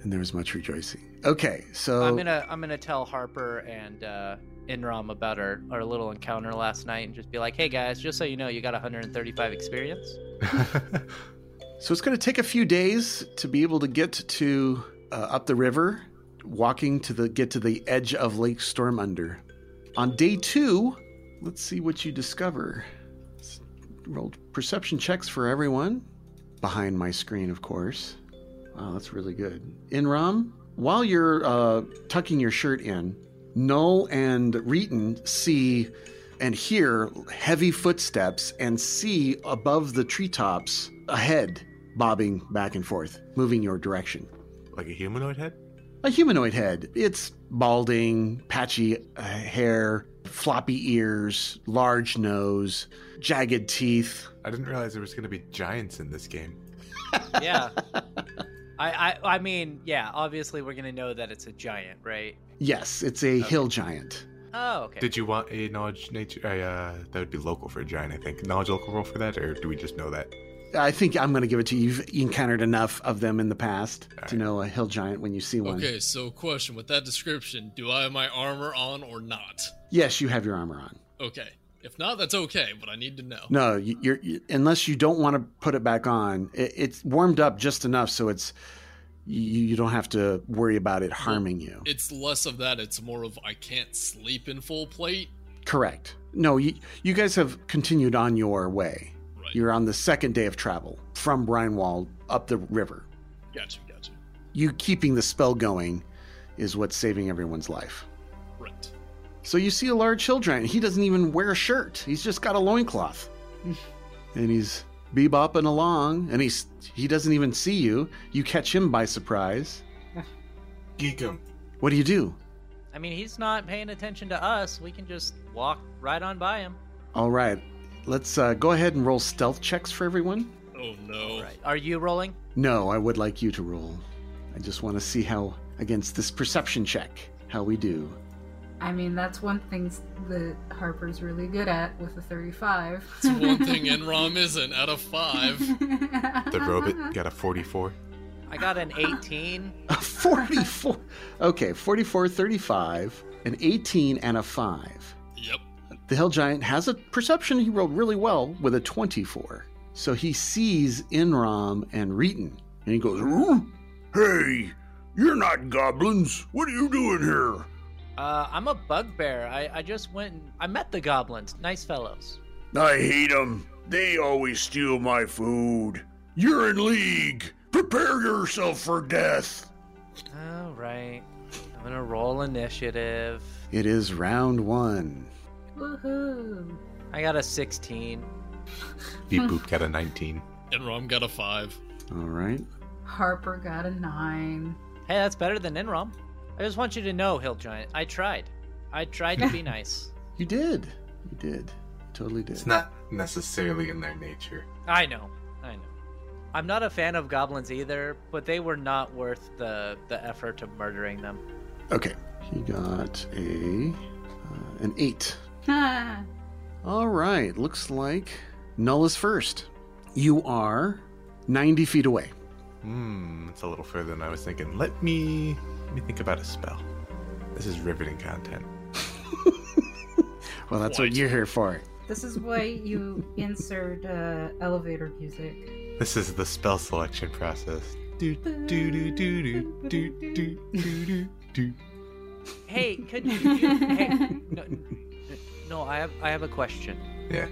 [SPEAKER 1] And there was much rejoicing. Okay, so
[SPEAKER 3] I'm gonna I'm gonna tell Harper and uh, Inram about our our little encounter last night and just be like, hey guys, just so you know, you got 135 experience.
[SPEAKER 1] so it's going to take a few days to be able to get to uh, up the river, walking to the get to the edge of Lake Storm Under. On day two, let's see what you discover. S- Rolled perception checks for everyone behind my screen, of course. Wow, that's really good. Inram, while you're uh, tucking your shirt in, Null and Reeton see and hear heavy footsteps and see above the treetops a head bobbing back and forth, moving your direction.
[SPEAKER 6] (laughs) like a humanoid head?
[SPEAKER 1] A humanoid head. It's balding, patchy uh, hair, floppy ears, large nose, jagged teeth.
[SPEAKER 6] I didn't realize there was going to be giants in this game.
[SPEAKER 3] Yeah. (laughs) I, I I mean, yeah. Obviously, we're gonna know that it's a giant, right?
[SPEAKER 1] Yes, it's a hill giant.
[SPEAKER 3] Oh, okay.
[SPEAKER 6] Did you want a knowledge nature? I, uh, that would be local for a giant, I think. Knowledge local roll for that, or do we just know that?
[SPEAKER 1] I think I'm going to give it to you. You've encountered enough of them in the past
[SPEAKER 6] All
[SPEAKER 1] to
[SPEAKER 6] right.
[SPEAKER 1] know a hill giant when you see one.
[SPEAKER 2] Okay, so question with that description, do I have my armor on or not?
[SPEAKER 1] Yes, you have your armor on.
[SPEAKER 2] Okay. If not, that's okay, but I need to know.
[SPEAKER 1] No, you- you're you, unless you don't want to put it back on. It, it's warmed up just enough so it's you, you don't have to worry about it harming you.
[SPEAKER 2] It's less of that, it's more of I can't sleep in full plate.
[SPEAKER 1] Correct. No, you, you guys have continued on your way.
[SPEAKER 2] Right.
[SPEAKER 1] You're on the second day of travel from Brynwald up the river.
[SPEAKER 2] Gotcha, gotcha.
[SPEAKER 1] You keeping the spell going is what's saving everyone's life.
[SPEAKER 2] Right.
[SPEAKER 1] So you see a large hill giant. He doesn't even wear a shirt. He's just got a loincloth. and he's bebopping along and he's he doesn't even see you. You catch him by surprise.
[SPEAKER 5] Geek 'em.
[SPEAKER 1] What do you do?
[SPEAKER 3] I mean, he's not paying attention to us. We can just walk right on by him.
[SPEAKER 1] All right. Let's uh, go ahead and roll stealth checks for everyone.
[SPEAKER 2] Oh no.
[SPEAKER 3] Right. Are you rolling?
[SPEAKER 1] No, I would like you to roll. I just want to see how against this perception check how we do.
[SPEAKER 4] I mean, that's one thing s- that Harper's really good at with the 35.
[SPEAKER 2] It's one
[SPEAKER 3] (laughs)
[SPEAKER 4] (laughs)
[SPEAKER 2] thing Enrom isn't out of five.
[SPEAKER 6] The
[SPEAKER 4] Uh-huh.
[SPEAKER 6] robot got a 44.
[SPEAKER 3] I got an 18.
[SPEAKER 5] (laughs)
[SPEAKER 1] 44. Okay, 44, 35, an 18 and a 5.
[SPEAKER 2] Yep.
[SPEAKER 1] The hill giant has a perception he rolled really well with a 24. So he sees Inram and Reeton, and he goes, "Ooh, "Hey, (laughs) you're not goblins. What are you doing here?"
[SPEAKER 3] Uh, I'm a bugbear. I, I just went and I met the goblins. Nice fellows.
[SPEAKER 1] I hate them. They always steal my food. You're in league. Prepare yourself for death.
[SPEAKER 3] All right. I'm going to roll initiative.
[SPEAKER 1] It is round one.
[SPEAKER 4] Woohoo!
[SPEAKER 3] I got a 16.
[SPEAKER 6] Beep boop got a 19.
[SPEAKER 2] And Rom got a five.
[SPEAKER 1] All right.
[SPEAKER 4] Harper got a nine. (laughs)
[SPEAKER 3] Hey, that's better than Inrom. I just want you to know, Hill Giant, I tried. I tried (laughs) to be nice.
[SPEAKER 1] You did. You did. Totally did.
[SPEAKER 5] It's not necessarily in their nature.
[SPEAKER 3] I know. I know. I'm not a fan of goblins either, but they were not worth the, the effort of murdering them.
[SPEAKER 1] Okay. He got a uh, an eight.
[SPEAKER 4] Ah,
[SPEAKER 1] All right. Looks like Null is first. You are ninety feet away.
[SPEAKER 6] Hmm, it's a little further than I was thinking. Let me let me think about a spell. This is riveting content.
[SPEAKER 1] Well, that's
[SPEAKER 2] Quite.
[SPEAKER 1] what you're here for.
[SPEAKER 4] this is why you insert uh, elevator music.
[SPEAKER 6] This is the spell selection process. Do do do do do do do do do do.
[SPEAKER 3] Hey, could you? you hey, no, no, I have I have a question.
[SPEAKER 6] Yeah.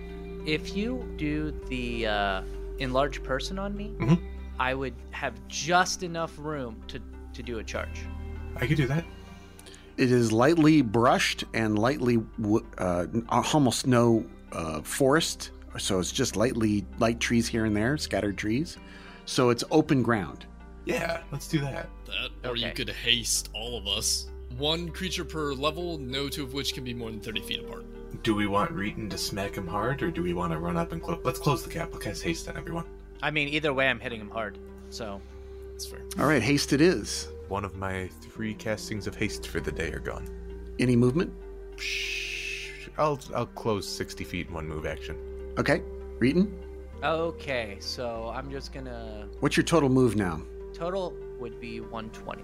[SPEAKER 3] If you do the uh, enlarge person on me,
[SPEAKER 6] Mhm.
[SPEAKER 3] I would have just enough room to to do a charge.
[SPEAKER 6] I could do that.
[SPEAKER 1] It is lightly brushed and lightly, wo- uh, n- almost no uh, forest. So it's just lightly, light trees here and there, scattered trees. So it's open ground.
[SPEAKER 6] Yeah, let's do that.
[SPEAKER 2] That, or you
[SPEAKER 3] Okay.
[SPEAKER 2] could haste all of us. One creature per level, no two of which can be more than 30 feet apart.
[SPEAKER 5] Do we want Reeton to smack him hard, or do we want to run up and close? Let's close the gap. Let's cast haste on everyone.
[SPEAKER 3] I mean, either way, I'm hitting him hard. So
[SPEAKER 2] That's fair.
[SPEAKER 1] All right, haste it is.
[SPEAKER 6] One of my three castings of haste for the day are gone.
[SPEAKER 1] Any movement?
[SPEAKER 6] Psh, I'll I'll close sixty feet in one move action.
[SPEAKER 1] Okay. Reeton,
[SPEAKER 3] okay, so I'm just gonna
[SPEAKER 1] what's your total move now?
[SPEAKER 3] total would be 120.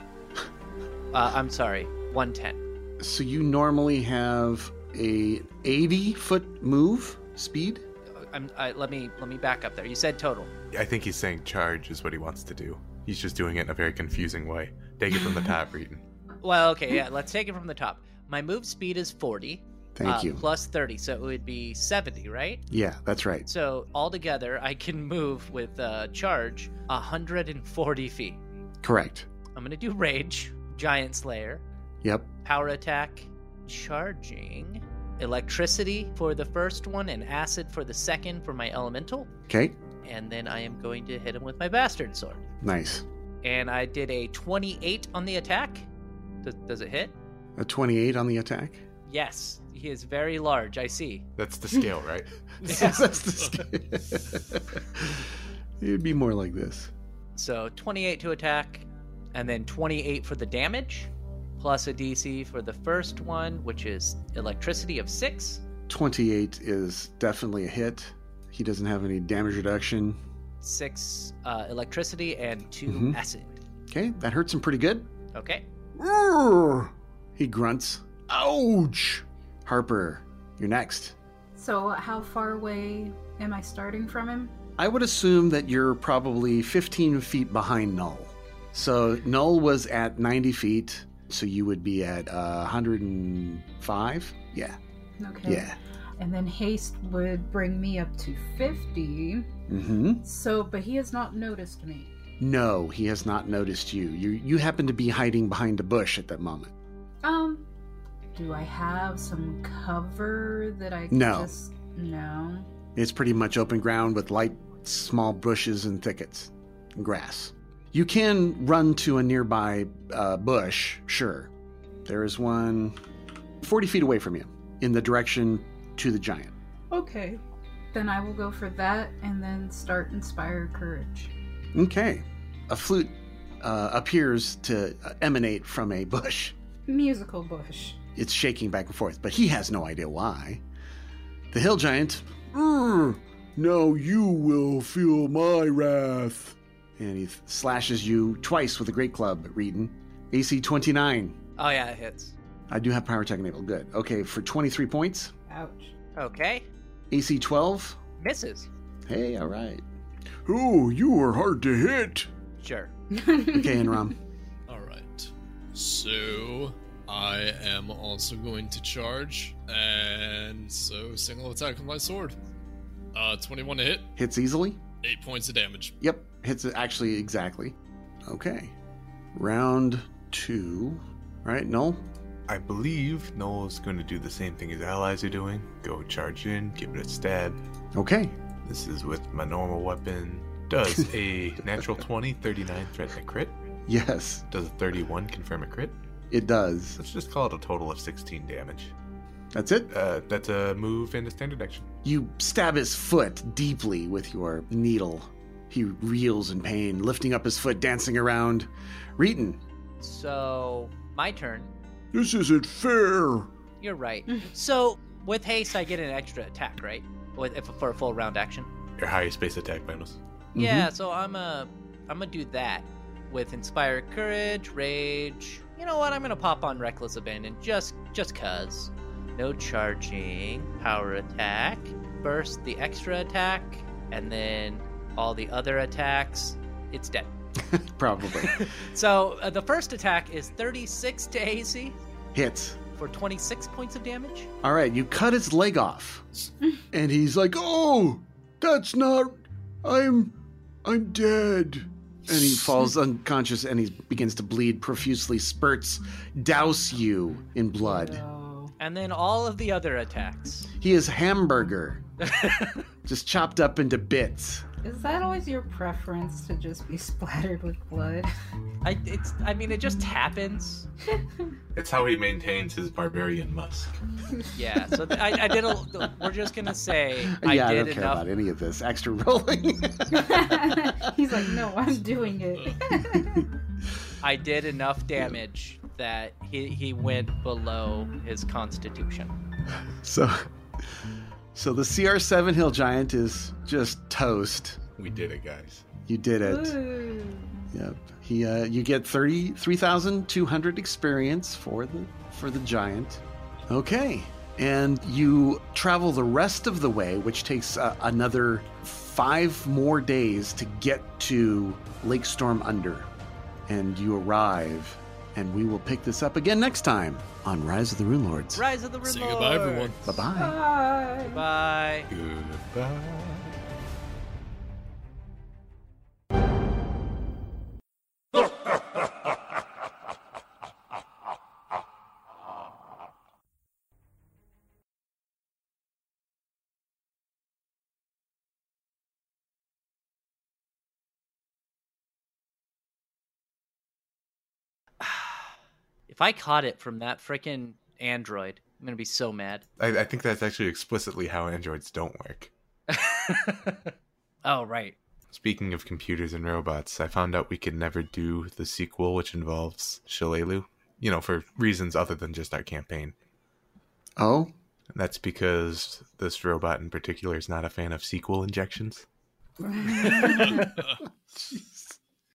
[SPEAKER 3] Uh, I'm sorry, 110.
[SPEAKER 1] So you normally have a 80 foot move speed.
[SPEAKER 3] I'm, I, let me let me back up there. You said total.
[SPEAKER 6] I think he's saying charge is what he wants to do. He's just doing it in a very confusing way. Take it from
[SPEAKER 1] (laughs)
[SPEAKER 6] the top, Reeton.
[SPEAKER 3] Well, okay, yeah. Let's take it from the top. My move speed is 40.
[SPEAKER 1] Thank
[SPEAKER 3] uh,
[SPEAKER 1] you.
[SPEAKER 3] Plus 30, so it would be 70, right?
[SPEAKER 1] yeah, that's right.
[SPEAKER 3] So altogether, I can move with uh, charge 140 feet.
[SPEAKER 1] Correct.
[SPEAKER 3] I'm going to do Rage, Giant Slayer,
[SPEAKER 1] Yep.
[SPEAKER 3] Power Attack, Charging, Electricity for the first one, and Acid for the second for my Elemental.
[SPEAKER 1] Okay.
[SPEAKER 3] And then I am going to hit him with my Bastard Sword.
[SPEAKER 1] Nice.
[SPEAKER 3] And I did a 28 on the attack. Does, does it hit?
[SPEAKER 1] A 28 on the attack.
[SPEAKER 3] Yes. He is very large, I see.
[SPEAKER 6] That's the scale, right?
[SPEAKER 1] (laughs) That's the scale. (laughs) It'd be more like this.
[SPEAKER 3] (laughs) So 28 to attack, and then 28 for the damage, plus a DC for the first one, which is electricity of six.
[SPEAKER 1] 28 is definitely a hit. He doesn't have any damage reduction.
[SPEAKER 3] Six uh, electricity and 2
[SPEAKER 1] Mhm.
[SPEAKER 3] acid.
[SPEAKER 1] Okay, that hurts him pretty good.
[SPEAKER 3] Okay.
[SPEAKER 1] Urgh! He grunts. Ouch! Harper, you're next.
[SPEAKER 4] So, how far away am I starting from him?
[SPEAKER 1] I would assume that you're probably 15 feet behind Null. So Null was at 90 feet, so you would be at uh, 105? Yeah,
[SPEAKER 4] Okay.
[SPEAKER 1] yeah.
[SPEAKER 4] And then haste would bring me up to 50.
[SPEAKER 1] hmm.
[SPEAKER 4] So, but he has not noticed me.
[SPEAKER 1] No, he has not noticed you. You you happen to be hiding behind a bush at that moment.
[SPEAKER 4] Um, do I have some cover that I can
[SPEAKER 1] No.
[SPEAKER 4] just no?
[SPEAKER 1] It's pretty much open ground with light, small bushes and thickets, and grass. You can run to a nearby uh, bush, sure. There is one 40 feet away from you in the direction to the giant.
[SPEAKER 4] Okay. Then I will go for that and then start inspire courage.
[SPEAKER 1] Okay. A flute uh, appears to uh, emanate from a bush.
[SPEAKER 4] Musical bush.
[SPEAKER 1] It's shaking back and forth, but he has no idea why. The hill giant. "Urgh, now you will feel my wrath. And he th- slashes you twice with a great club, Reedon. AC 29.
[SPEAKER 3] Oh, yeah, it hits.
[SPEAKER 1] I do have power attack enabled. Good. Okay, for 23 points.
[SPEAKER 4] Ouch. (laughs)
[SPEAKER 3] Okay.
[SPEAKER 1] AC 12.
[SPEAKER 3] Misses.
[SPEAKER 1] Hey, all right. Oh, you were hard to hit.
[SPEAKER 3] Sure.
[SPEAKER 1] Okay, Enram.
[SPEAKER 2] All right. So I am also going to charge, and so single attack with my sword. Uh, 21 to hit,
[SPEAKER 1] Hits easily?
[SPEAKER 2] eight points of damage.
[SPEAKER 1] Yep, hits it actually exactly. Okay. Round two. Right, Null?
[SPEAKER 5] I believe Noel's going to do the same thing his allies are doing go charge in, give it a stab.
[SPEAKER 1] Okay. (laughs)
[SPEAKER 5] This is with my normal weapon. Does a natural 20, 39 threaten a crit?
[SPEAKER 1] Yes,
[SPEAKER 5] Does a 31 confirm a crit?
[SPEAKER 1] it does.
[SPEAKER 5] Let's just call it a total of 16 damage.
[SPEAKER 1] That's it.
[SPEAKER 5] Uh, that's a move and a standard action.
[SPEAKER 1] You stab his foot deeply with your needle. He reels in pain, lifting up his foot, dancing around. Reeton.
[SPEAKER 3] So my turn.
[SPEAKER 1] This isn't fair.
[SPEAKER 3] You're right. so with haste, I get an extra attack, right? With if for a full round action.
[SPEAKER 5] Your highest base attack bonus.
[SPEAKER 3] Yeah. So I'm a I'm gonna do that with inspire courage, rage. You know what? I'm gonna pop on reckless abandon just just cause. No charging, power attack, burst the extra attack, and then all the other attacks. It's dead.
[SPEAKER 1] Probably.
[SPEAKER 3] So uh, the first attack is 36 to AC
[SPEAKER 1] Hits.
[SPEAKER 3] for 26 points of damage.
[SPEAKER 1] All right, you cut his leg off. and he's like, "Oh, that's not I'm I'm dead." And he falls unconscious and he begins to bleed profusely, spurts douse you in blood.
[SPEAKER 4] So,
[SPEAKER 3] And then all of the other attacks.
[SPEAKER 1] He is
[SPEAKER 3] (laughs)
[SPEAKER 1] hamburger, just chopped up into bits.
[SPEAKER 4] is that always your preference to just be (laughs) splattered with blood?
[SPEAKER 3] I, it's, I mean, it just happens.
[SPEAKER 8] That's how he maintains his barbarian musk.
[SPEAKER 3] Yeah. (laughs) So th- I, I did a. We're just gonna say I
[SPEAKER 1] yeah, I
[SPEAKER 3] did
[SPEAKER 1] don't care
[SPEAKER 3] enough.
[SPEAKER 1] about any of this extra rolling. (laughs)
[SPEAKER 4] He's like, no, I'm doing it.
[SPEAKER 3] I did enough damage that he he went below his constitution.
[SPEAKER 1] so so the CR7 hill giant is just toast.
[SPEAKER 5] We did it, guys.
[SPEAKER 1] You did it.
[SPEAKER 4] Ooh.
[SPEAKER 1] Yep. He uh, you get 30 3,200 experience for the for the giant. Okay. And you travel the rest of the way, which takes uh, another 5 more days to get to Lake Storm Under. And you arrive and we will pick this up again next time on Rise of the Rune Lords.
[SPEAKER 3] Rise of the Rune
[SPEAKER 2] Say goodbye, everyone.
[SPEAKER 3] Lords.
[SPEAKER 1] Bye-bye.
[SPEAKER 4] (laughs) Bye.
[SPEAKER 3] (laughs) Bye.
[SPEAKER 5] Goodbye.
[SPEAKER 3] If I caught it from that frickin' android, I'm gonna be so mad.
[SPEAKER 5] I, I think that's actually explicitly how androids don't work.
[SPEAKER 3] oh right.
[SPEAKER 5] Speaking of computers and robots, I found out we could never do the sequel, which involves Shillelu, you know, for reasons other than just our campaign.
[SPEAKER 1] Oh,
[SPEAKER 5] And that's because this robot in particular is not a fan of sequel injections.